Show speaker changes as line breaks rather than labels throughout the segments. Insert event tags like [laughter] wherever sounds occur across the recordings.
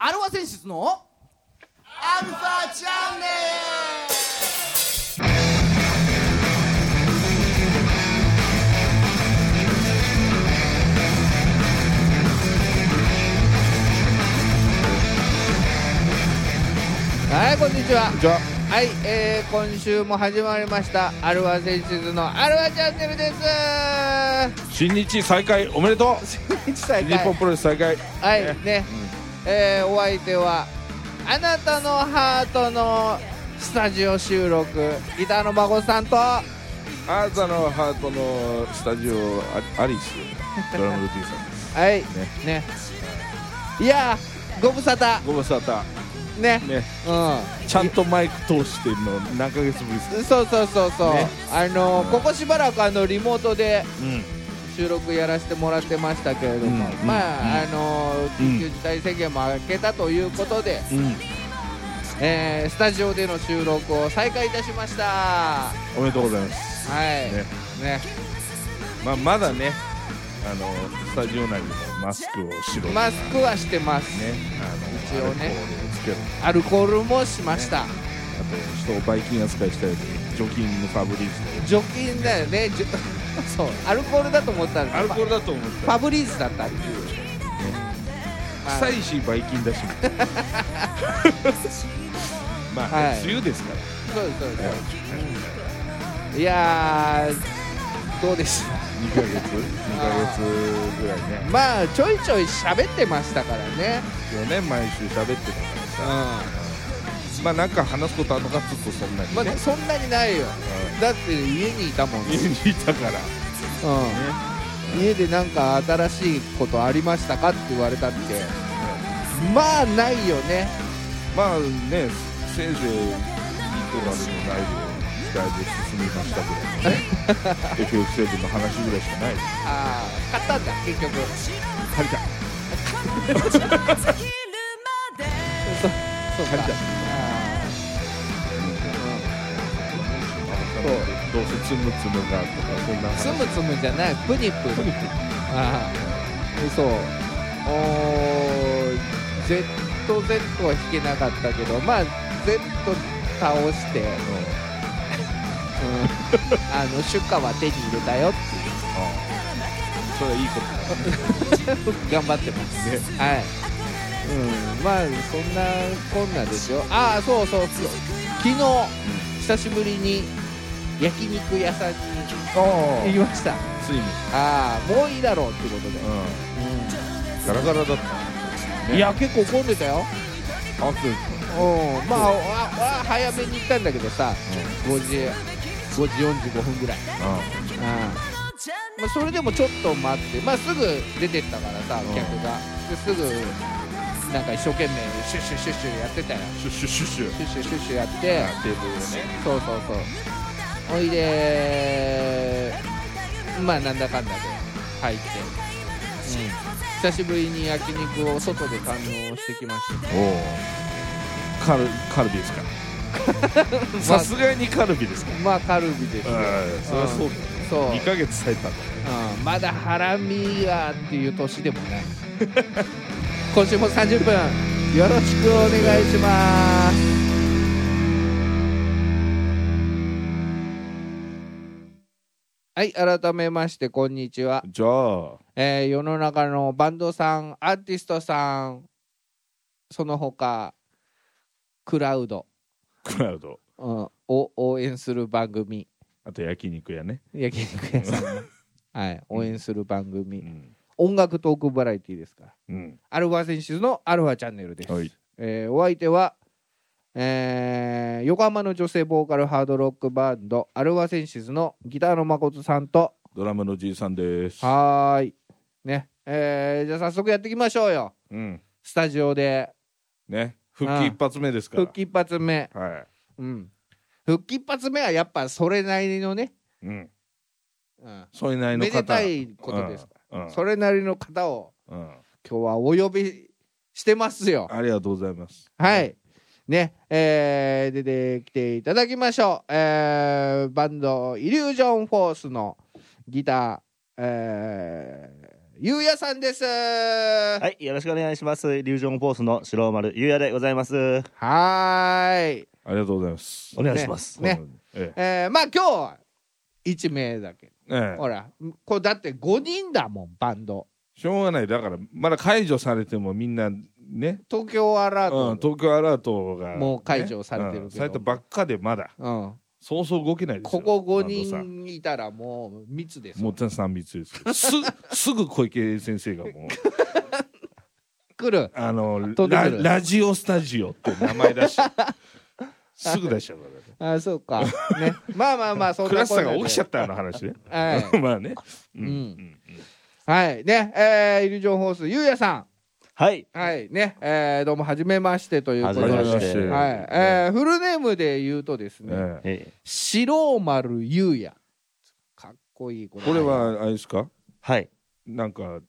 和選出のアルファチャンネ
はいこんにちは
じ
は
ゃ
い、えー、今週も始まりましたアルワ選手のアルワチャンネルです
新日再開おめでとう
一再
日本プロレス再開
はいね、えーお相手はあなたのハートのスタジオ収録ギターの孫さんとは
あなたのハートのスタジオアアリスドラムルティさんです
いねいやーご無沙汰
ご無沙汰
ね
ね
う
ちゃんとマイク通してるの何ヶ月ぶりですか
んそうそうそうそう、
ね
あのー
うん
ここしばらくあのリモートで
うん
収録やらせてもらってましたけれども、
うん
まあ、あのー緊急
うん
事態宣言も明けたということで、
うん
えースタジオでの収録を再開いたしましたは
おめでとうございます
いね
ねまあまだねあのスタジオ内でもマスクをしろ
マスクはしてます、
ねあ
一
の
応ね
アルコール
アルコー
をつけろ
ルもしました、
あと人をバイキン扱いしたり除菌のファブリーズ
除菌だよねじ [laughs] ゅそうアルコールだと思ったんです
アルコールだと思った
ファブリーズだったっていう、まあ
臭いしばい菌だし [laughs] まあ、ね
はい
梅雨ですから
そうですそうです、いやーどうでした
2ヶ月2ヶ月ぐらいね
まあちょいちょい喋ってましたからね
4年毎週喋ってたからさ
う
まあなんか話すことあるのかちょっとそんなにね、
んまあそんなにないよだって家にいたもん、
家にいたからね
うん、家でなんか新しいことありましたかって言われたってまあないよね
まあねせいぜいイコラルのライブをだいぶ進みましたぐ
[laughs]
らいのね FF7 の話ぐらいしかないです
ああ買ったんだ結局
借
[laughs]
りた
そう
借りた
あ
どうせつむつむがとかそんな
ー
話
つむつむじゃないプニプ
プニプ
ああそうおー ZZ は弾けなかったけどまあ Z 倒して、うん、
[laughs]
あの主歌は手に入れたよっていう [laughs]
それはいいことだね
頑張ってます、はい、うん、まあそんなこんなですよああそうそうそう昨日久しぶりに焼肉屋さんに行き
あ
ました
あついに、
ああもういいだろうってことで、
うガラガラだった
いや結構混んでたよ
あそうです
うんまあああ早めに行ったんだけどさ5時5時45分ぐらい
あ
うんまあ、それでもちょっと待って、まあ、すぐ出てったからさ
うん
客がですぐなんか一生懸命シュッシュッシュッシュやってたよ
あシュッシュッシュッシュ
シュッシュッシュッシュやって
テーブルをね
そうそうそうほいでまあなんだかんだで入って、うん、久しぶりに焼肉を外で堪能してきまし
おおカルカルビですか
た
さすがにカルビですか
まあカルビですよ
うんそりゃそうだよね
そう
2ヶ月経ったんだね
うんまだハラミやっていう年でもない [laughs] 今週も30分よろしくお願いしますはい改めましてこんにちは、
じゃあ
えー世の中のバンドさんアーティストさんその他クラウド、
クラウド
うんを応援する番組
あと焼肉屋ね
焼肉屋さんのはい応援する番組、
うん
音楽トークバラエティですから。
うん
アルファ選手のアルファチャンネルです。
はい
えーお相手は、えー横浜の女性ボーカルハードロックバンド、アルファ選手のギターの誠さんと、
ドラムのじいさんです
はーい。ね。えーじゃあ早速やっていきましょうよ。
うん
スタジオで。
ね復帰一発目ですから
復帰一発目。
は
うん。復帰一発目はやっぱそれなりのね、
いうん
うん、
それなりの
めで
方
たいことですか
うんう
ら、
ん
それなりの方を
うん
今日はお呼びしてますよ。
ありがとうございます
はい。ね、えー出てきていただきましょう。えーバンド、イリュージョンフォースのギター、えゆうやさんですは
はい、よろしくお願いします。リュージョンフォースの白丸ゆうやでございます。
ーい
ありがとうございます
お願いします。
ねね
ええ
えー、まあ今日は1名だけ
え
ほ
え
らこれだって5人だもんバンド
しょうがないだからまだ解除されてもみんなね
東京アラー
うん、
ト、
東京アラートが、
もう解除されてるけど
うんされたばっかでまだ
うん
そうそう動けないです
こ
よ
こ5
バンドさん
人いたらもう密です
も
よ
う全三密です
[laughs]
よすすぐ小池先生がもう
来る [laughs]
あの
飛んでく
ラ
る
ラジオスタジオって名
[laughs]
前出しすぐ出しちゃうからね
あそう
[laughs]
かねまあまあまあそん
ク
な
ラス
こ
タ
ん
ー
な
が
で
起きちゃったあの話ね
[laughs] はい
まあねう
うん
ん
はいねえーイリュージョンホースゆうやさ
はい。
んはいねえーどうもはじめましてということ
は
で
じめ
は
ま
い
して
えーフルネームで言うとですね
ええ
え
白丸ゆうやかっこいいこ
これはあれですか
ーはい。
なんか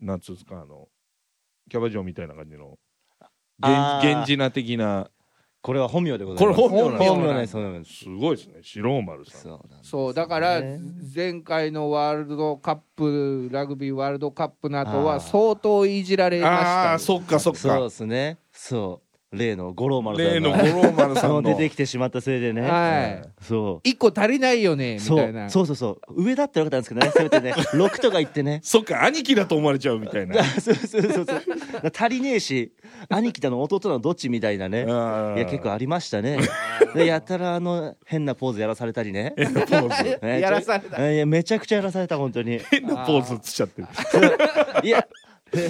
なんつうんですかあのキャバ嬢みたいな感じの
あー
源氏な的な
これは本名でございます。
これ本
名なんです
本名なんです。本名なんです
ごいですね白丸
す。
さん
そうなんです
そうだから
ね
前回のワールドカップラグビーワールドカップの後
あ
は
ー
相当いじられました
ああ
よ
ーそっかそっ
そう
か
ですね。そう。例の五郎丸さんが
例の五郎丸さん
そ [laughs]
の
う出てきてしまったせいでね。
はい
うんそ
一個足りないよね
う。
み
そ
たいうな
そうそうそう上だったらよかったんですけどねせめて [laughs] ね6とか言ってね
そっか兄貴だと思われちゃうみたい
[laughs]
な
そうそうそうそう足りねえし兄貴だの弟だのどっちみたいなね
あー
いや結構ありました [laughs] ねでやたらあの変なポーズやらされたりね
変なポーズ
ね
やらされた
ちょいやめちゃくちゃやらされた本
[laughs]
当に
変なポーズつっちゃってる
いや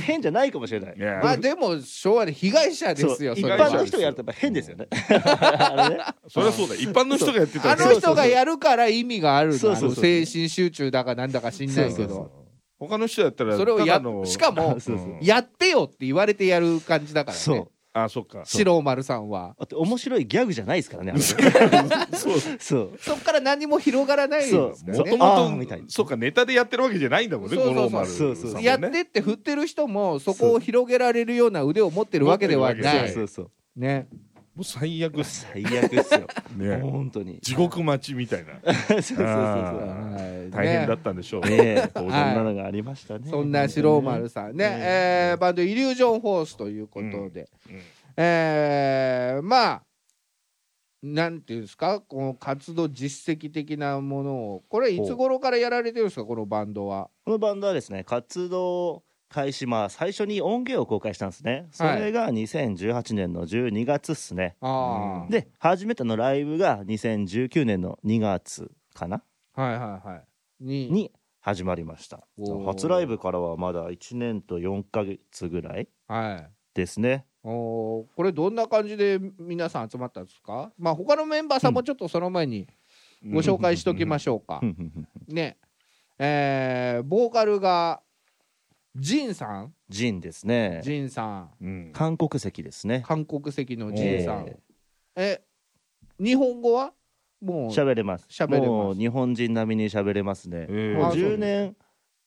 変じゃないかもしれない
いや
まあでも昭和で被害者ですよ
そう
そ
一
れ
般の
は
人がやるとやっぱ変ですよねあれね
そりゃそうだ一般の人がやってた
あ
ら
の人がやるから意味がある
そう
の
そ
あ
うそう
の精神集中だかなんだか知んないけど
他の人やったら
それを
た
や
だの
しかも
そうそう
うん
やってよって言われてやる感じだからね
そ
あそっか
白丸さんは
うだって面白いギャグじゃないですからねあれ
そう
そう
そっから何も広がらないですから
も
ね
と
あー
も
みた
と
いな
そうかネタでやってるわけじゃないんだもんね
そうそう
五
そう
郎丸さんもね
そうそう
やってって振ってる人もそこを広げられるような腕を持ってるわけでは
持ってる
な
わ
い
け
そうそうそう
ね
もう
[laughs]
最悪っす
最悪っすよ
ね
本当に
地獄待ちみたいな
そうそうそうそう
あ
はい
大変だっ
ね
たんでしょう
ねえそ
当
ん
然
はい
なのがありましたね
そんな白丸さんねえーバンドイリュージョンホースということで
うんうん
えーまあなんていうんですかこの活動実績的なものをこれいつ頃からやられてるんですかこのバンドは
このバンドはですね活動開始まあ最初に音源を公開したんですねそれが2018年の12月っすね、
ああ
で初めてのライブが2019年の2月かな
はいはいはいに
に始まりました
おー
初ライブからはまだ1年と4ヶ月ぐらい
はい
ですね
おーこれどんな感じで皆さん集まったんですかまあ他のメンバーさんもちょっとその前にご紹介しときましょうか
ふんふんふん
ねえーボーカルがジンさん
[laughs] ジンですね
ジンさん
うん
韓国籍ですね
韓国籍のジ
え
ン
え
さんえ日本語はもう
喋れます
喋れます
もう日本人並みに喋れますね、
え
もう
あそう
10年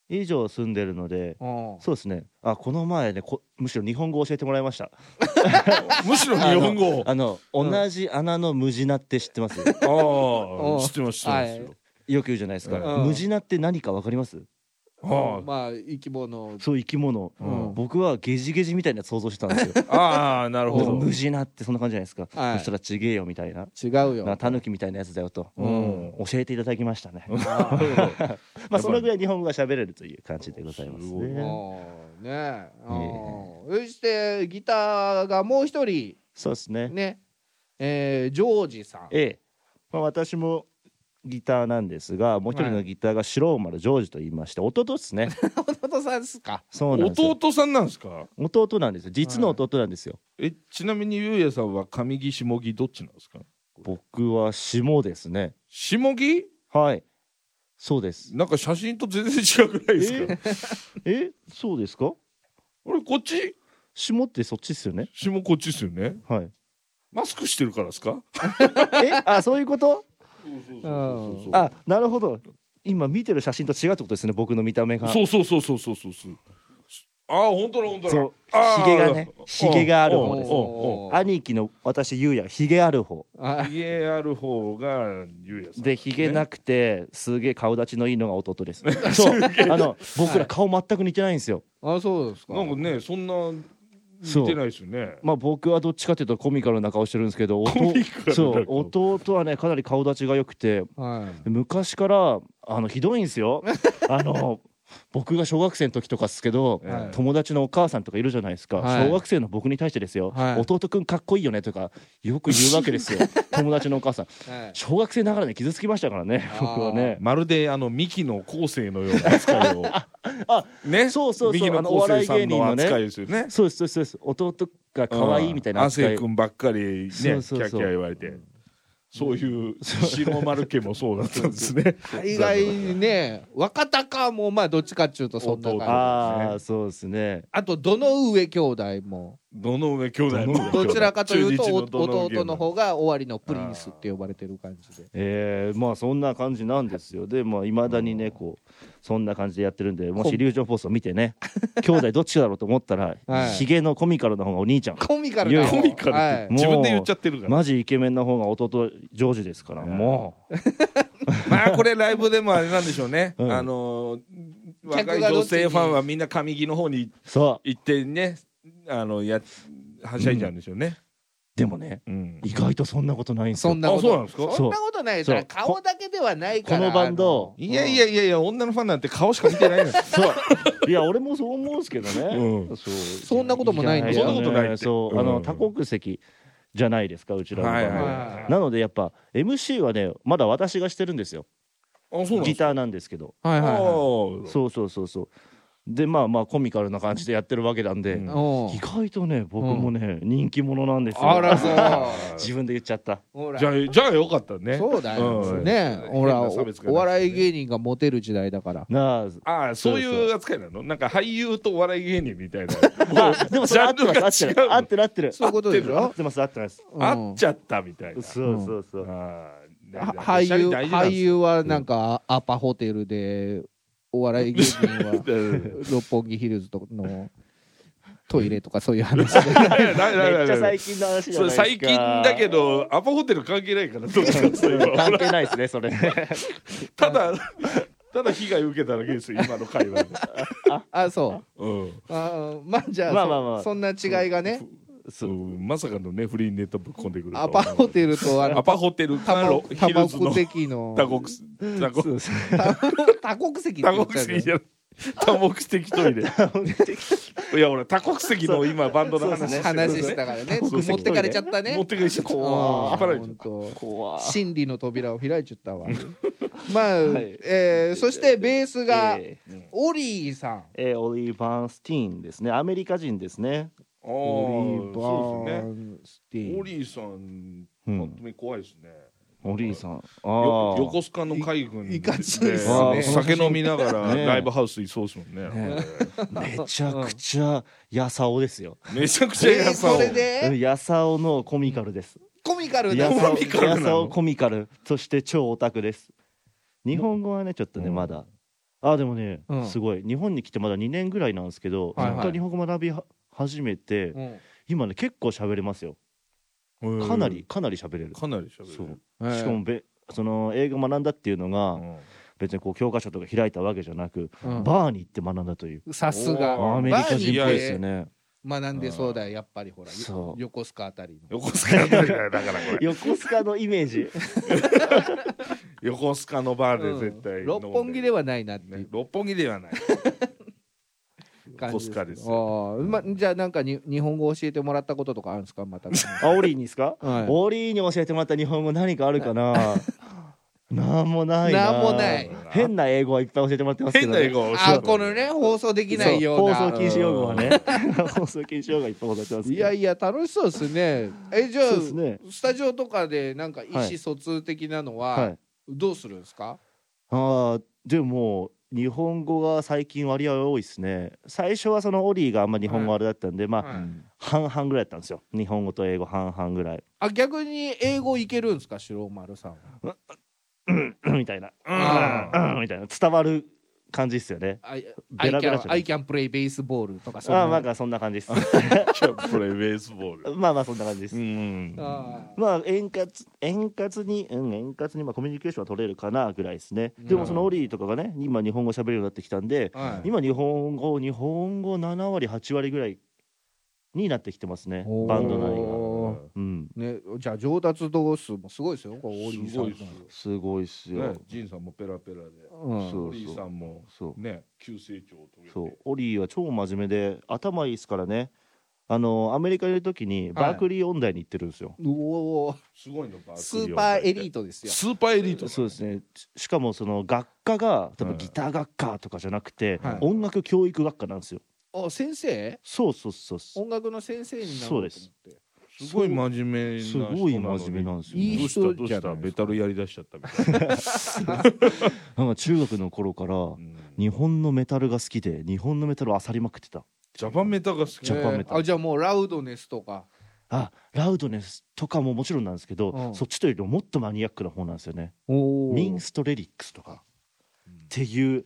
以上住んでるので
うん
そうですね。あ、この前ね、こむしろ日本語を教えてもらいました。
ーむしろ日本語
あの、
ん
同じ穴のムジナって知っ
[laughs]
てます
あ
うん
あ知ってます知ってますよ
よく言うじゃないですか。
うん
ムジナって何かわかります
あ
まあ生き物
そういう生き物。
うん
僕はゲジゲジみたいなやつ想像してたんですよ。
あああ [laughs] なるほ
でも
ど
ムジナってそんな感じじゃないですか。
はい
そしたらちげえよみたいな。
違う
なん
よ
かタヌキみたいなやつだよと、
うん
教えていただ [laughs] きましたね。
あ [laughs]
まあそのぐらい日本語が喋れるという感じでございます
すご
ー
い
ね。
ねえうんそしてギターがもう一人
そうですね。
ねえージョージさん
ええまあ、私もギターなんですがもう一人のギターが白丸ジョージと言いまして弟ですね
弟さんですか
そうなんですよ
弟さんなんですか
弟なんですよ実の弟なんですよ、
えちなみにゆうやさんは上木下木どっちなんですか
僕は下ですね
下木
はいそうです
なんか写真と全然違くないですか
えそうですか
俺こっち
下ってそっちっすよね
下こっちですよね
はい
マスクしてるからですか
え [laughs] あそういうこと
うん
あなるほど今見てる写真と違うってことですね僕の見た目が
そうそうそうそうそうそうそう。ああ本当だ本当だ
そう
あー
ひげがねひげがある方です
おうおうおうおう
兄貴の私ゆうやひげある方
あ
ひげある方がゆうやさん
でひげな
く
くてすげえ顔立ちのいいのが弟です [laughs] そうあの僕ら顔全く似てないんですよ
あそうですか
なんかねそんな
そう
似てないですよね
まあ僕はどっちかというとコミカルな顔してるんですけど弟
コミカルな顔
そう弟はねかなり顔立ちが良くて
は
昔からあのひどいんですよあの僕が小学生の時とかっすけど、
はい
友達のお母さんとかいるじゃないですか、
はい
小学生の僕に対してですよ、
はい
弟くんかっこいいよねとかよく言うわけですよ友達のお母さん
い、はい、
小学生ながらね傷つきましたからね
あー
僕はね
まるであのミキの後世のような扱い [laughs] を
あ
ね
そうそうそう
ミキの
あのお
後
笑
世
い
さ
芸
ん
人
の
のね
扱いですよね
そうですそうですそうです弟が可愛いみたいな
うん亜
扱い
生君ばっかりね
そうそうそう
キャッキャ言われてそういう白丸家もそうだったんです
[laughs]
ね
大概ね若隆もまあどっちかっちゅうとそんな感
弟
じ
ああそうですね
あとどの上兄弟も
どの上兄弟も
どちらかというと
中日
お
ど上
弟の方が終わりのプリンスって呼ばれてる感じで
えー、まあそんな感じなんですよでまあいまだにねこうそんな感じでやってるんでもしイリュージョンフォースを見
[laughs]
てね兄弟どっちだろうと思ったら、
はい
ヒゲのコミカルな方がお兄ちゃん
コミカル
い
な
や
方
コミカルって
はい
もう
自分で言っちゃってるから
マジイケメンな方が弟ジョージですからもう
[laughs] まあこれライブでもあれなんでしょうね
[laughs] うん
あのー
客
若い
がどっ
女
ちに
性ファンはみんな上着の方に
そう
行ってねあのやはしゃいじゃうんでしょうね
でもね
うん
意外とそんなことないんです
そ
よ
んなこ
あそう
と
なんですか
そんなことないそ
そう
れ顔だけではないか
こ
ら
のバンド
いやいやいやいや女のファンなんて顔しか見てないのよ
そういや俺もそう思うんですけどね、
う
[laughs] そう
そんなこともないんだよ
やや
そんなことないって
そう
うん
あの多国籍じゃないですかうちらの場
は
合
いはい
は
なのでやっぱ MC はねまだ私がしてるんですよ
あそうなんで
ギ
すか
ターなんですけど
はいはいは
ああ
そうそうそうそうでまあまあコミカルな感じでやってるわけなんで、
うん
いおう
意外とね僕もね、人気者なんですよ
あらそう
[laughs]
自分で言っちゃった
ほら
じゃあじゃあよかったね
そうだよ
うん
ねほら
変な
お
差別がなくてね
お笑い芸人がモテる時代だから
[laughs]
なあ
ああそう
そう
いう扱いなのなんか俳優とお笑い芸人み
[laughs]
たいな
あでもそれ合ってます
ジ
合
ャ
っ
ンルが違う
てる合ってる合ってる
そういうことでし
合
ょ
ってます合ってます
合っちゃったみたいな
そうそうそう、
ああ
は俳優俳優はなんかアパホテルでお笑い芸人
[laughs]
は六本木ヒルズとのトイレとかそういう話で
[laughs] めっちゃ最
近
近の話じゃ
それ
ないですか
最近だけどアパホテル関係ない
[laughs]
からどっちかっていうと
関係ないですねそれ
[laughs]
ね
ただただ被害受けただけですよ今の会話で、
あそう
うん
あーまあじゃあ,、
まあまあまあ
そんな違いがね
そうまさかのね不倫ネタぶっ込んでくるとは
アパホテルとあ
ア
の
パホテル
多
かロ
国多
ヒルズの
国籍の
多国多国
多国籍って言
多
っちゃう
国
け
籍
ど
じゃ多国籍トイレいや俺多国籍の今バンドの
そう
話
ですね
話したからね
国籍
持ってかれちゃった
持
ね
ってくるしこう
あ
引っ張られち
ー
ゃ
ほ
っ
んと
[laughs] 怖
真理の扉を開いちゃったわまあ、
はい
えーそしてベースが
えー
オリーさん
えーオリー・バーンスティーンですねアメリカ人ですね
た
オリー・バ
そうですね
ーンスティ
オ
ン。
リーさん
うん
本当に怖いですね
オリーさんあ
よ
あ
横須賀の海軍
い
で
いかついっす
ね
あー酒飲みながら
ね
ライブハウスいそうですもんね
めちゃくちゃやさおですよ
[laughs] めちゃくちゃ
えー
やさ
そ
を
れで
やさおのコミカルです
コミカル
や
な
さ
コ
お
ミカルな
や
の
さおコミカルそして超オタクです日本語はねちょっとねまだあーでもね
うん
すごい日本に来てまだ2年ぐらいなんですけど
はいはい
そっから日本語学びは始めて
うん
今ね結構喋れますよかなりかなり喋れる
かなりしゃべ
そう
ええ
しかもべその英語学んだっていうのが別にこう教科書とか開いたわけじゃなく
うん
バーに行って学んだという
さすが
アメリカ人っぽいですよ
バーに行って
ね
学んでそうだよやっぱりほら
そう
横須賀あたりの
横須賀だからだからこ
[laughs]
れ
横須賀のイメージ
横須賀のバーで絶対
う
飲
ん
んで
六本木ではないなってい
ね
う
六本木ではない
感じ
横須賀です
あーまじゃあなんかに日本語教えてもらったこととかあるんですか
[laughs]
また
あオリーにですか
はい
オリーに教えてもらった日本語何かある
[laughs]
かななんもないな
なんもない
変な英語はいっぱい教えてもらってますけ
変
ど、
な笑
ね、
顔をしてる
あこのね放送できないよう
そう
な
放送禁止用語はね
[laughs]
放送禁止用語はいっぱい教えてますけど
いやいや楽しそうですねえじゃ
そうですね
あスタジオとかでなんか意
は
思
い
疎通的なの
は
はいどうするんですか
あーでも日本語が最近割合多いですね最初はそのオリーがあんま日本語あれだったんで、まあ、
はい
半々ぐらいだったんですよ日本語と英語半々ぐらい [clears throat]
あ逆に英語いけるんですか白丸さんは
みたいな [clears throat]
あ
うんみたいな伝わる感じっすよね。
I,
ベ
I
ラベラじ
can
ゃない
I can play baseball とかそんな
ああ、なんかそんな感じっす。 [laughs]
キャプレイベースボール
まあまあそんな感じです。
うん
あ
まあ円滑円滑に、うん、円滑にまあコミュニケーションは取れるかなぐらいですね。でもそのオリーとかがね今日本語喋るようになってきたんで、
ーはい
今日本語日本語7割8割ぐらいになってきてますね
おー
バンド内が。うん
ね、じゃあ上達度数もすごいですよ、これオーリー
す
さん
ごいっすよ
すごいっすよ。
ねジンさんもペラペラで
うん
そう
オリーさんも
そう
ね急成長を遂げ
そう
て
オリーは超真面目で頭いいですからねあのアメリカにいる時にバークリー音大に行ってるんですよ、
うおー
すごいのバ
スーパーエリー
ト
トですよ。
スーパーエリート
そうですねしかもその学科が多
うん
分ギター学科とかじゃなくて、
はい
音楽教育学科なんですよ
お先生
そうそうそうそう
音楽の先生になる
そうです。
すごい真面目な
す
人なのに
ごい真面目なんですよ、ね、
いい
どうした
人
どう
じゃ
し
な
た
い
ベタルやりだしちゃったみたいな
なんか中学の頃から
うん
日本のメタルが好きで日本のメタルを漁りまくってた
ジャパンメタが好き
ジャパンメタ
えーあじゃあもうラウドネスとか。
あラウドネスとかももちろんなんですけど、
うん
そっちというよりももっとマニアックな方なんですよね
お
ミンストレリックスとかっていう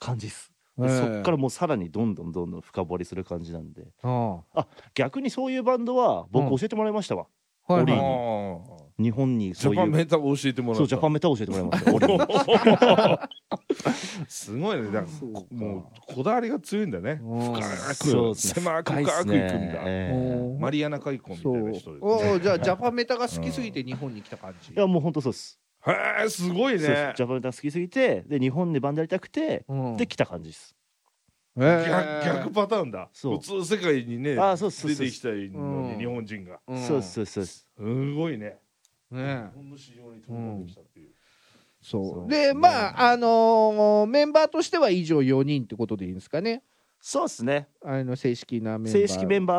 感じですでそっかららもうさらにどんどんどんどん深掘りする感じなんで
あ
逆にそういうバンドは
うん
僕教えてもらいましたわ、
あはい
オリ
は
ー
い
ブ
ああ
日本に
ジ
そう
ャ
い
パン
う
メタを教えてもら
そ
っ
うジャパ
た
ンメタを教えてもらいました俺
[laughs] すごいねだから
そうか
もうこだわりが強いんだね
うん
そ
深く
うですね
狭く深くいくんだ
え
おー
マリアナ海溝みたいな人です
おーじゃあジャパンメタが好きすぎて日本に来た感じ
えい。やもう本当そうです
へえすごい
そうで
ね
すジャパンメタ好きすぎてで日本でバンドやりたくて、
うん
で来た感じです
え
逆逆パターンだ
そう
普通世界にね
あそうそうそ
出
う
てきたの
う
に
ん
日本人が
ん
そうですそうですそうです
すごいね
ね
日本の市場に飛び込んできたっていう
そ
そうう
でまああのーメンバーとしては以上4人ってことでいいんですかね
そうですね
あの正式なメンバー
正式メンバー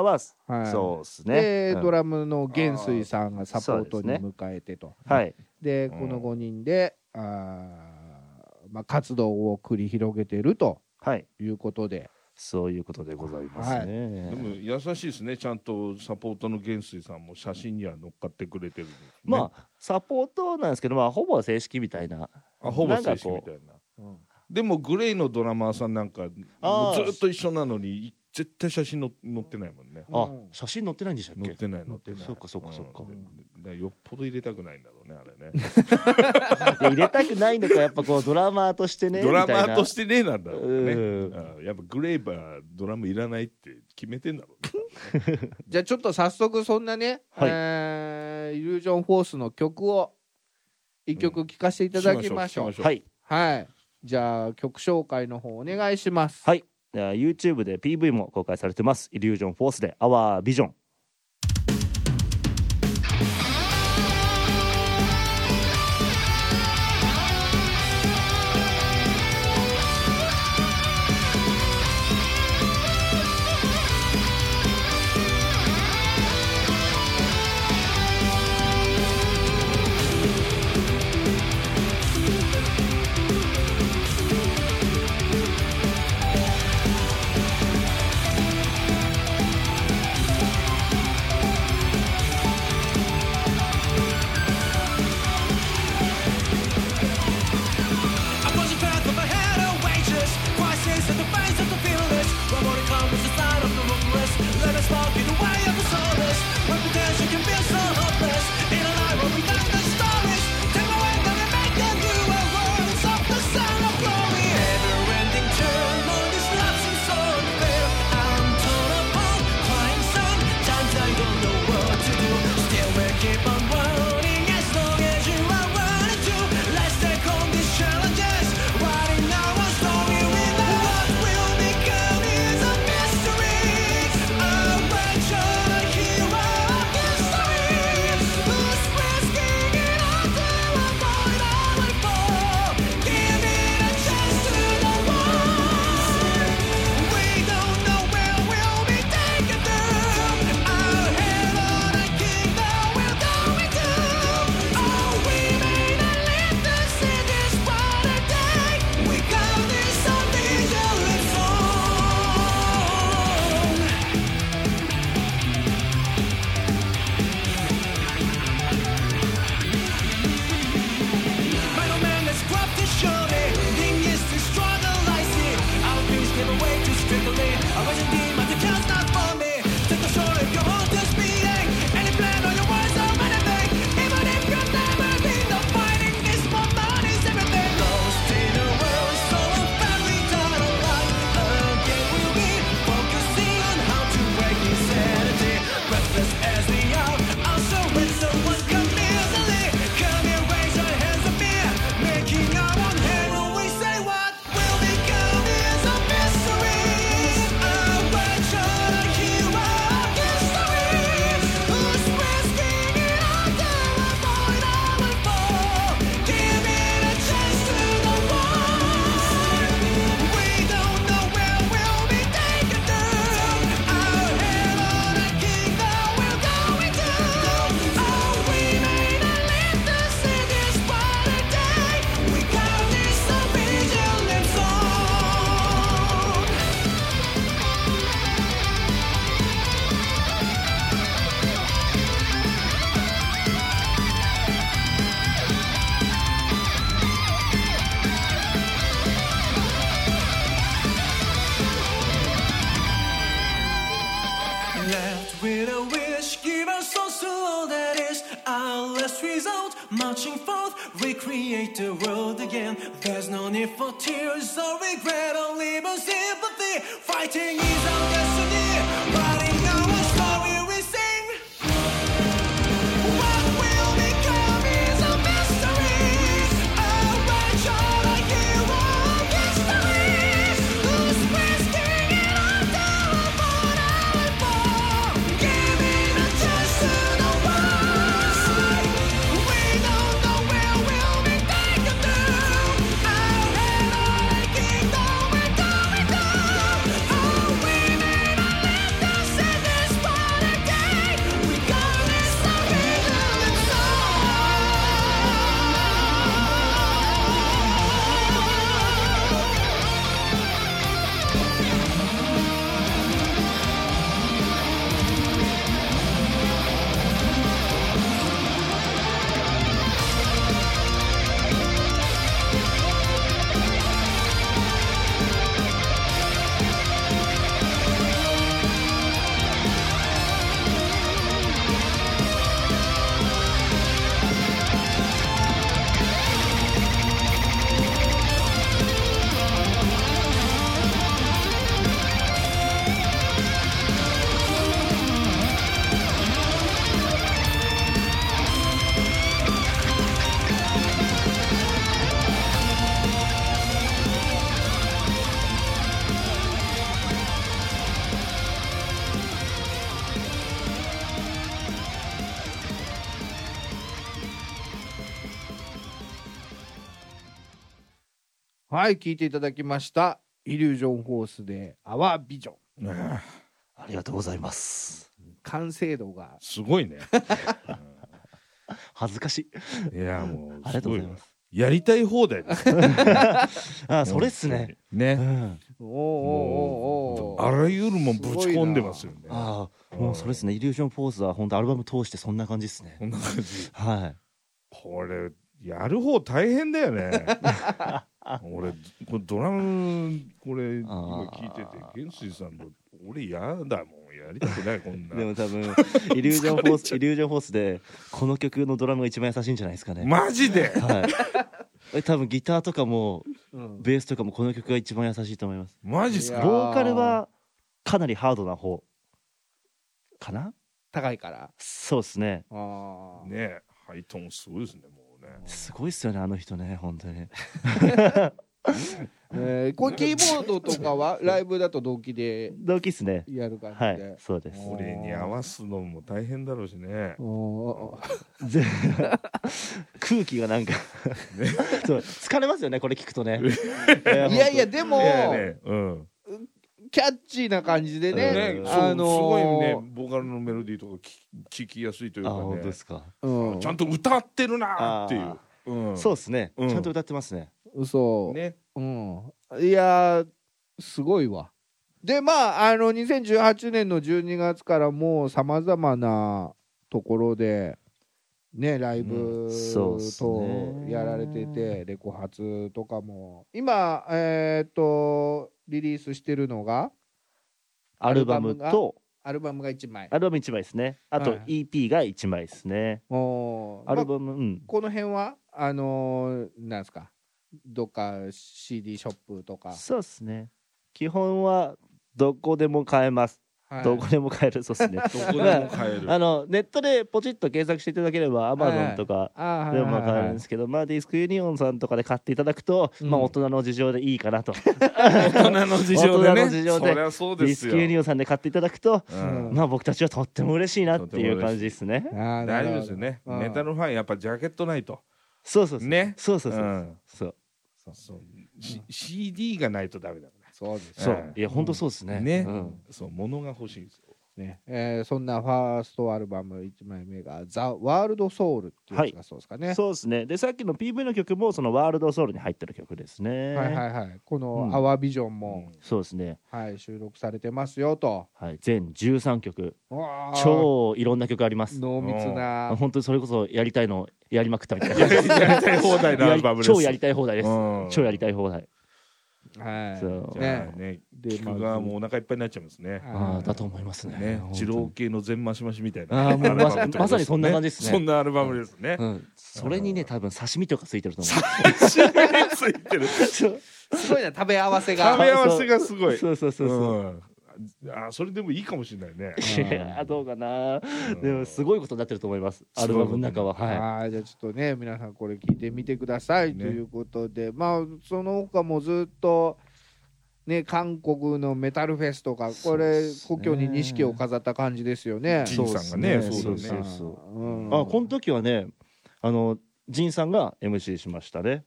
は、
はい
そうですね
で、
うん
ドラムの元帥さんがサポートに
あー
迎えてと
はい
で,、
うん
この5人であー、まあ、活動を繰り広げてると
はい
いうことで
そういうことでございますね、
でも優しいですねちゃんとサポートの元帥さんも写真には乗っかってくれてるんですね
まあサポートなんですけどまあほぼ正式みたいな
あほぼ正式
なん
み
か
た
こ
いなでもグレイのドラマーさんなんか
あー
ずっと一緒なのに絶対写真の載ってないもんね
うあ、
うん
写真載ってないんでしたっけ
載ってない載ってない
そっかそっかそっか
うんだからよっぽど入れたくないんだろうねあれね
[laughs] で [laughs] 入れたくないの [laughs] かやっぱこうドラマーとしてね
ドラマーとしててねえなんだろうね
うん
あやっぱグレイバードラムいらないって決めてんだろうね
じゃあちょっと早速そんなね、
はい
えーイリュージョンフォースの曲を1曲聴かせていただきましょう,、
聞き
はい
はいじゃあ曲紹介の方お願いします
はいでは YouTube で PV も公開されてます「イリュージョンフォース」で「Our Vision」
「君の声が聞こえる」Oh, With a wish, give us all so all that is our last result. Marching forth, recreate the world again. There's no need for tears or regret, only more sympathy. Fighting is our destiny. Writing our story, we sing. What will become is a mystery. A record like you all history. Who's risking it all down upon our fall? Giving a chance to the world. We don't know where we'll be taken to. Our head on a kingdom we're going to. Our women are left us in this holiday. We got this so hidden and so.
はい、聞いていただきました。イリュージョンホースで、アワービジョン。
ありがとうございます。
完成度が。
すごいね。
恥ずかしい。
いや、もう。。
[laughs] ありがとうございます
やりたい放題ですね。
あ、それっすね。う
ね。
ん。
おーおーおーおー
あらゆるもんぶち込んでますよね。
ああ、もうそれっすね。イリュージョンポーズは本当アルバム通してそんな感じっすね
こ。んな感じ。
はい。
これ、やる方大変だよね。 [laughs] 俺、これドラム、これ、今聞いてて、元帥さんと、俺嫌だもん。やりたくない、こんな。
でも多分、イリュージョンフォース、イリュージョンフォースで、この曲のドラムが一番優しいんじゃないですかね。
マジで
はい。え多分ギターとかも、
うん
ベースとかもこの曲が一番優しいと思います。
マジっす
い
か
や
ボーカルは、かなりハードな方。かな
高いから。
そうですね。
あー
ねえハイトーンすごいですね、もうね。
すごいっすよね、あの人ね、本当に。
えーこれキーボードとか
[laughs]
はライブだと同期で
同期っすね。
やる感じ
は
で
い、。そうです。
お
俺に合わすのも大変だろうしね。
おー
ぜ空気がなんかそう疲れますよねこれ聞くと
[laughs]
ね
いやいや
本
で
い
も
やね、うん。
キャッチーな感じでね
ね、そう
あのー
すごいね、ボーカルのメロディーとか聞聞きやすいという
当あ
か
本
ね
当ですか、
うん
ちゃんと歌ってるなっていう
あ。
うん
そうですね、
うん
ちゃんと歌ってますね
そう、
ね。
うん、いやーすごいわでまああの2018年の12月からもうさまざまなところでねライ
う
ブ
そうっす
と
ね
やられてて、レコ発とかも今えっ、とリリースしてるのが
アルバム
アル
と
アルバムが1枚
アルバム1枚ですねあと
はい
EP が1枚ですね、
おー
アル
まあ
バム、うん
この辺はあのーなんですかどっか CD ショップとか、
そうですね基本はどこでも買えます、
はい
どこでも買えるそ
[laughs]
うですね
どこでも買える。
あのネットでポチッと検索していただければ Amazon とか、
あー
でもま
はいはい
あ買え
は
る
い
んですけど、まあディスクユニオンさんとかで買っていただくと、
うん
まあ大人の事情でいいかなと。
大人の事情で
大人
ね。
の事情で
そりゃそう
デ
で
ィ
す
スクユニ
よ。
オンさんで買っていただくと、
うん
まあ僕たちはとっても嬉しいなっていう感じですね。
あーな
大
る
丈
ほ
夫
ど
ですよね。
うん
ネタのファン、やっぱジャケットないと。
そうそうそう。
ね
そうそうそうう。
ん
そう。
そうそう。C- CD がないとダメだか
そうです
そ
ね
う。いや本当そうです
ら
ね。
ね
うん。
そう、物が欲しいんですよ。
ね、えーそんなファーストアルバム1枚目が「ザ・ワールド・ソウル」っていうやつがそうですかね、
そうですね。でさっきの PV の曲もそのワールドソウルに入ってる曲ですね。
はいはいはいこ
う
の「
ん
アワビジョンも」
そうですね。
はい、収録されてますよと
はい。全13曲、
わー
超いろんな曲あります。
濃密な
本当にそれこそやりたいのやりまくったみたいな。
やりたい放題のアルバムです。
超やりたい放題です
うん。
超やりたい放題。
はい。
そう
じゃ
ね
あ。ね、
で
聞く側もお腹いっぱいになっちゃいますね。
あ
は
あ
い
だと思いますね
ね
本、当
治
に
療系の全マシマシみたい
あ
な。
ー
ア
もうま
ルバムってこと
まさにそんな感じです
[laughs]
ね
そんなアルバムですね
う。ん、それにね多分刺身とかついてると思う
刺身 [laughs] ついてる。
[laughs] そう
すごいな、食べ合わせが。
食べ合わせがすごい。
[laughs] そうそうそうそう、
うんあ、それでもいいかもしれない
[laughs]
ね。
いやーどうかな
うん
でもすごいことになってると思いますアルバムの中はは
はい、じゃあちょっとね皆さんこれ聞いてみてください、
ね
ということでまあその他もずっとね韓国のメタルフェスとかこれ、故郷に錦を飾った感じですよね。
い
ジンさんがね
そうです
そうだ
ね
ね
そう
うん
そうあこの時はねあのジンさんが MC しましたね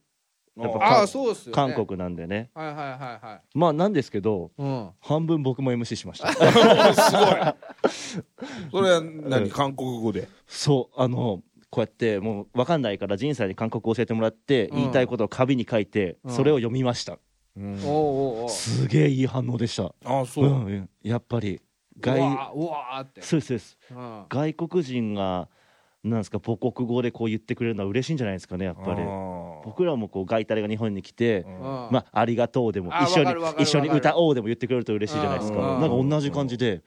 やっぱ
あそうっすよね。
韓国なんでね
はいはいはいはい。
まあなんですけど
うん、
半分僕も MC しました [laughs]
それは何韓国語で。
そうあのこうやってもう分かんないから人生に韓国語教えてもらって、
うん
言いたいことを紙に書いて、
うん
それを読みました
おうおうおう
すげえいい反応でした
あ、そうう。
んやっぱり
う
外
わーうわーって、
そうですそうです
うん、
外国人がなんですか母国語でこう言ってくれるのは嬉しいんじゃないですかねやっぱり
あー
僕らもこう外タレが日本に来て、
う
うんん
まあ、ありがとうでも
あ
一緒
わかるわか
に
る
一緒に
わかる
歌おうでも言ってくれると嬉しいじゃないですか
うん
なんか同じ感じで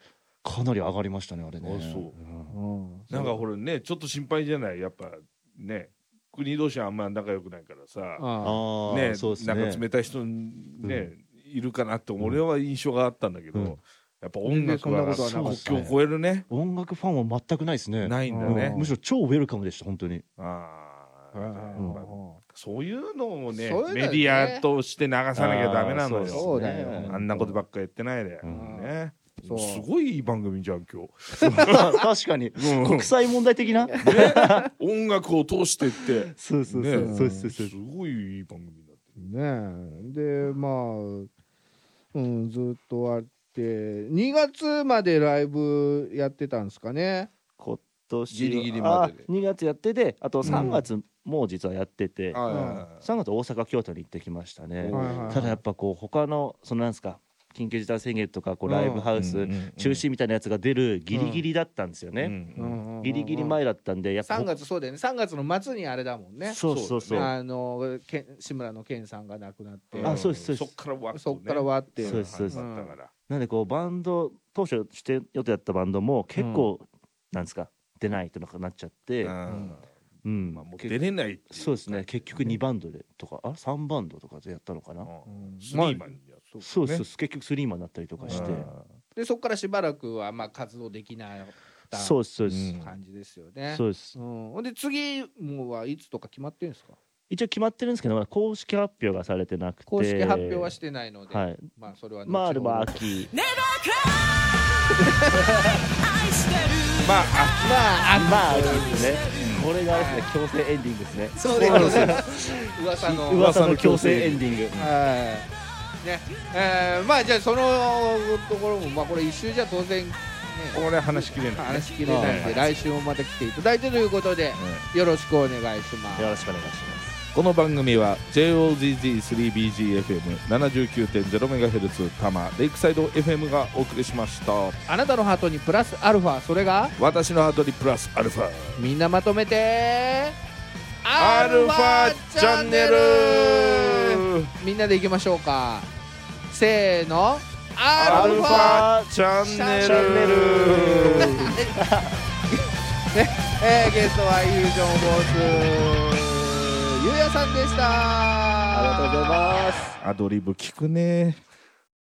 かなり上がりましたねあれね
あそう
うん
なんかほらね、ちょっと心配じゃない、やっぱね、国同士あんま仲良くないからさ、
あ
ああ
ね、
そうです
なんか
ね
冷たい人ね、いるかなって、俺は印象があったんだけど、
うん
やっぱ音楽
全然
は
そんなことはなかっ
国
た
境を越えるね、
音楽ファンは全くないですね
ないんだ
う
ね
ん。
むしろ超ウェルカムでした本当に
あー
うん
まあそういうのをね
そういうのね
メディアとして流さなきゃダメなの
あー
よ。
そうだよ
ね
あんなことばっかやってないで、
うん
ね。
そう
すごいいい番組じゃん今日。
確かに
うん
国際問題
[laughs]
的な
[laughs]
音楽を通してって。
そうそうそ
ね
うそうそう
す
そう
ごいいい番組だって
ねえでまあ、うん、ずっとあって2月までライブやってたんですかね
今年
ギリギリまでで
2月やっててあと3月も実はやってて
る。
3月大阪京都に行ってきましたね
はい
はいはい
ただやっぱこう他のそのなんですか緊急事態宣言とかこうライブハウ
う
ス
んうんうん
中止みたいなやつが出るギリギリだったんですよね
うん
ギリギリ前だったんでやっぱ
3月そうだよね3月の末にあれだもんね
そうそうそう
あのけん志村の健さんが亡くなって
あそうですそう
そ
です
っからわ
そっからわーって
そうですそうです
だから。
なんでこうバンド当初して予定だったバンドも結構、なんですか出ないとかなっちゃって、うん
うんまあもう出れないってい
そうですね結局2バンドでとかあ3バンドとかでやったのかな、
うんスリーマンやった
そうです、
ね
結局スリーマンになったりとかして、
うん
でそっからしばらくはまあ活動できなかった
そうですそうです、
うん
感じですよね
そうです
うんほんで次もはいつとか決まってるんですか
一応決まってるんですけどまだ公式発表がされてなくて
公式発表はしてないので、
はい
まあそれは後ほど
まあでも秋
ネバークライ愛してる
まあ
まあ
まあ秋ですねこれがあれですね強制エンディングですね
そうですね
[laughs]
噂の
噂の強制エンディング
はいねえー、まあじゃあそのところもまあこれ一周じゃ当然ね
あこれ話しきれない。
話しきれないんで来週もまた来ていただいてということでよろしくお願いします
よろしくお願いします
この番組は JOZZ3BGFM79.0MHz 多摩レイクサイド FM がお送りしました
あなたのハートにプラスアルファそれが
私のハートにプラスアルファ
みんなまとめて
アルファチャンネル
みんなでいきましょうかせーの
ア
アル
ル
フ
フ
ァ
ァチャンネ
チャンネ
ル
[laughs] ねえーゲストはイリュージョンボーズゆうやさんでした
ありがとうございます
アドリブ聞くね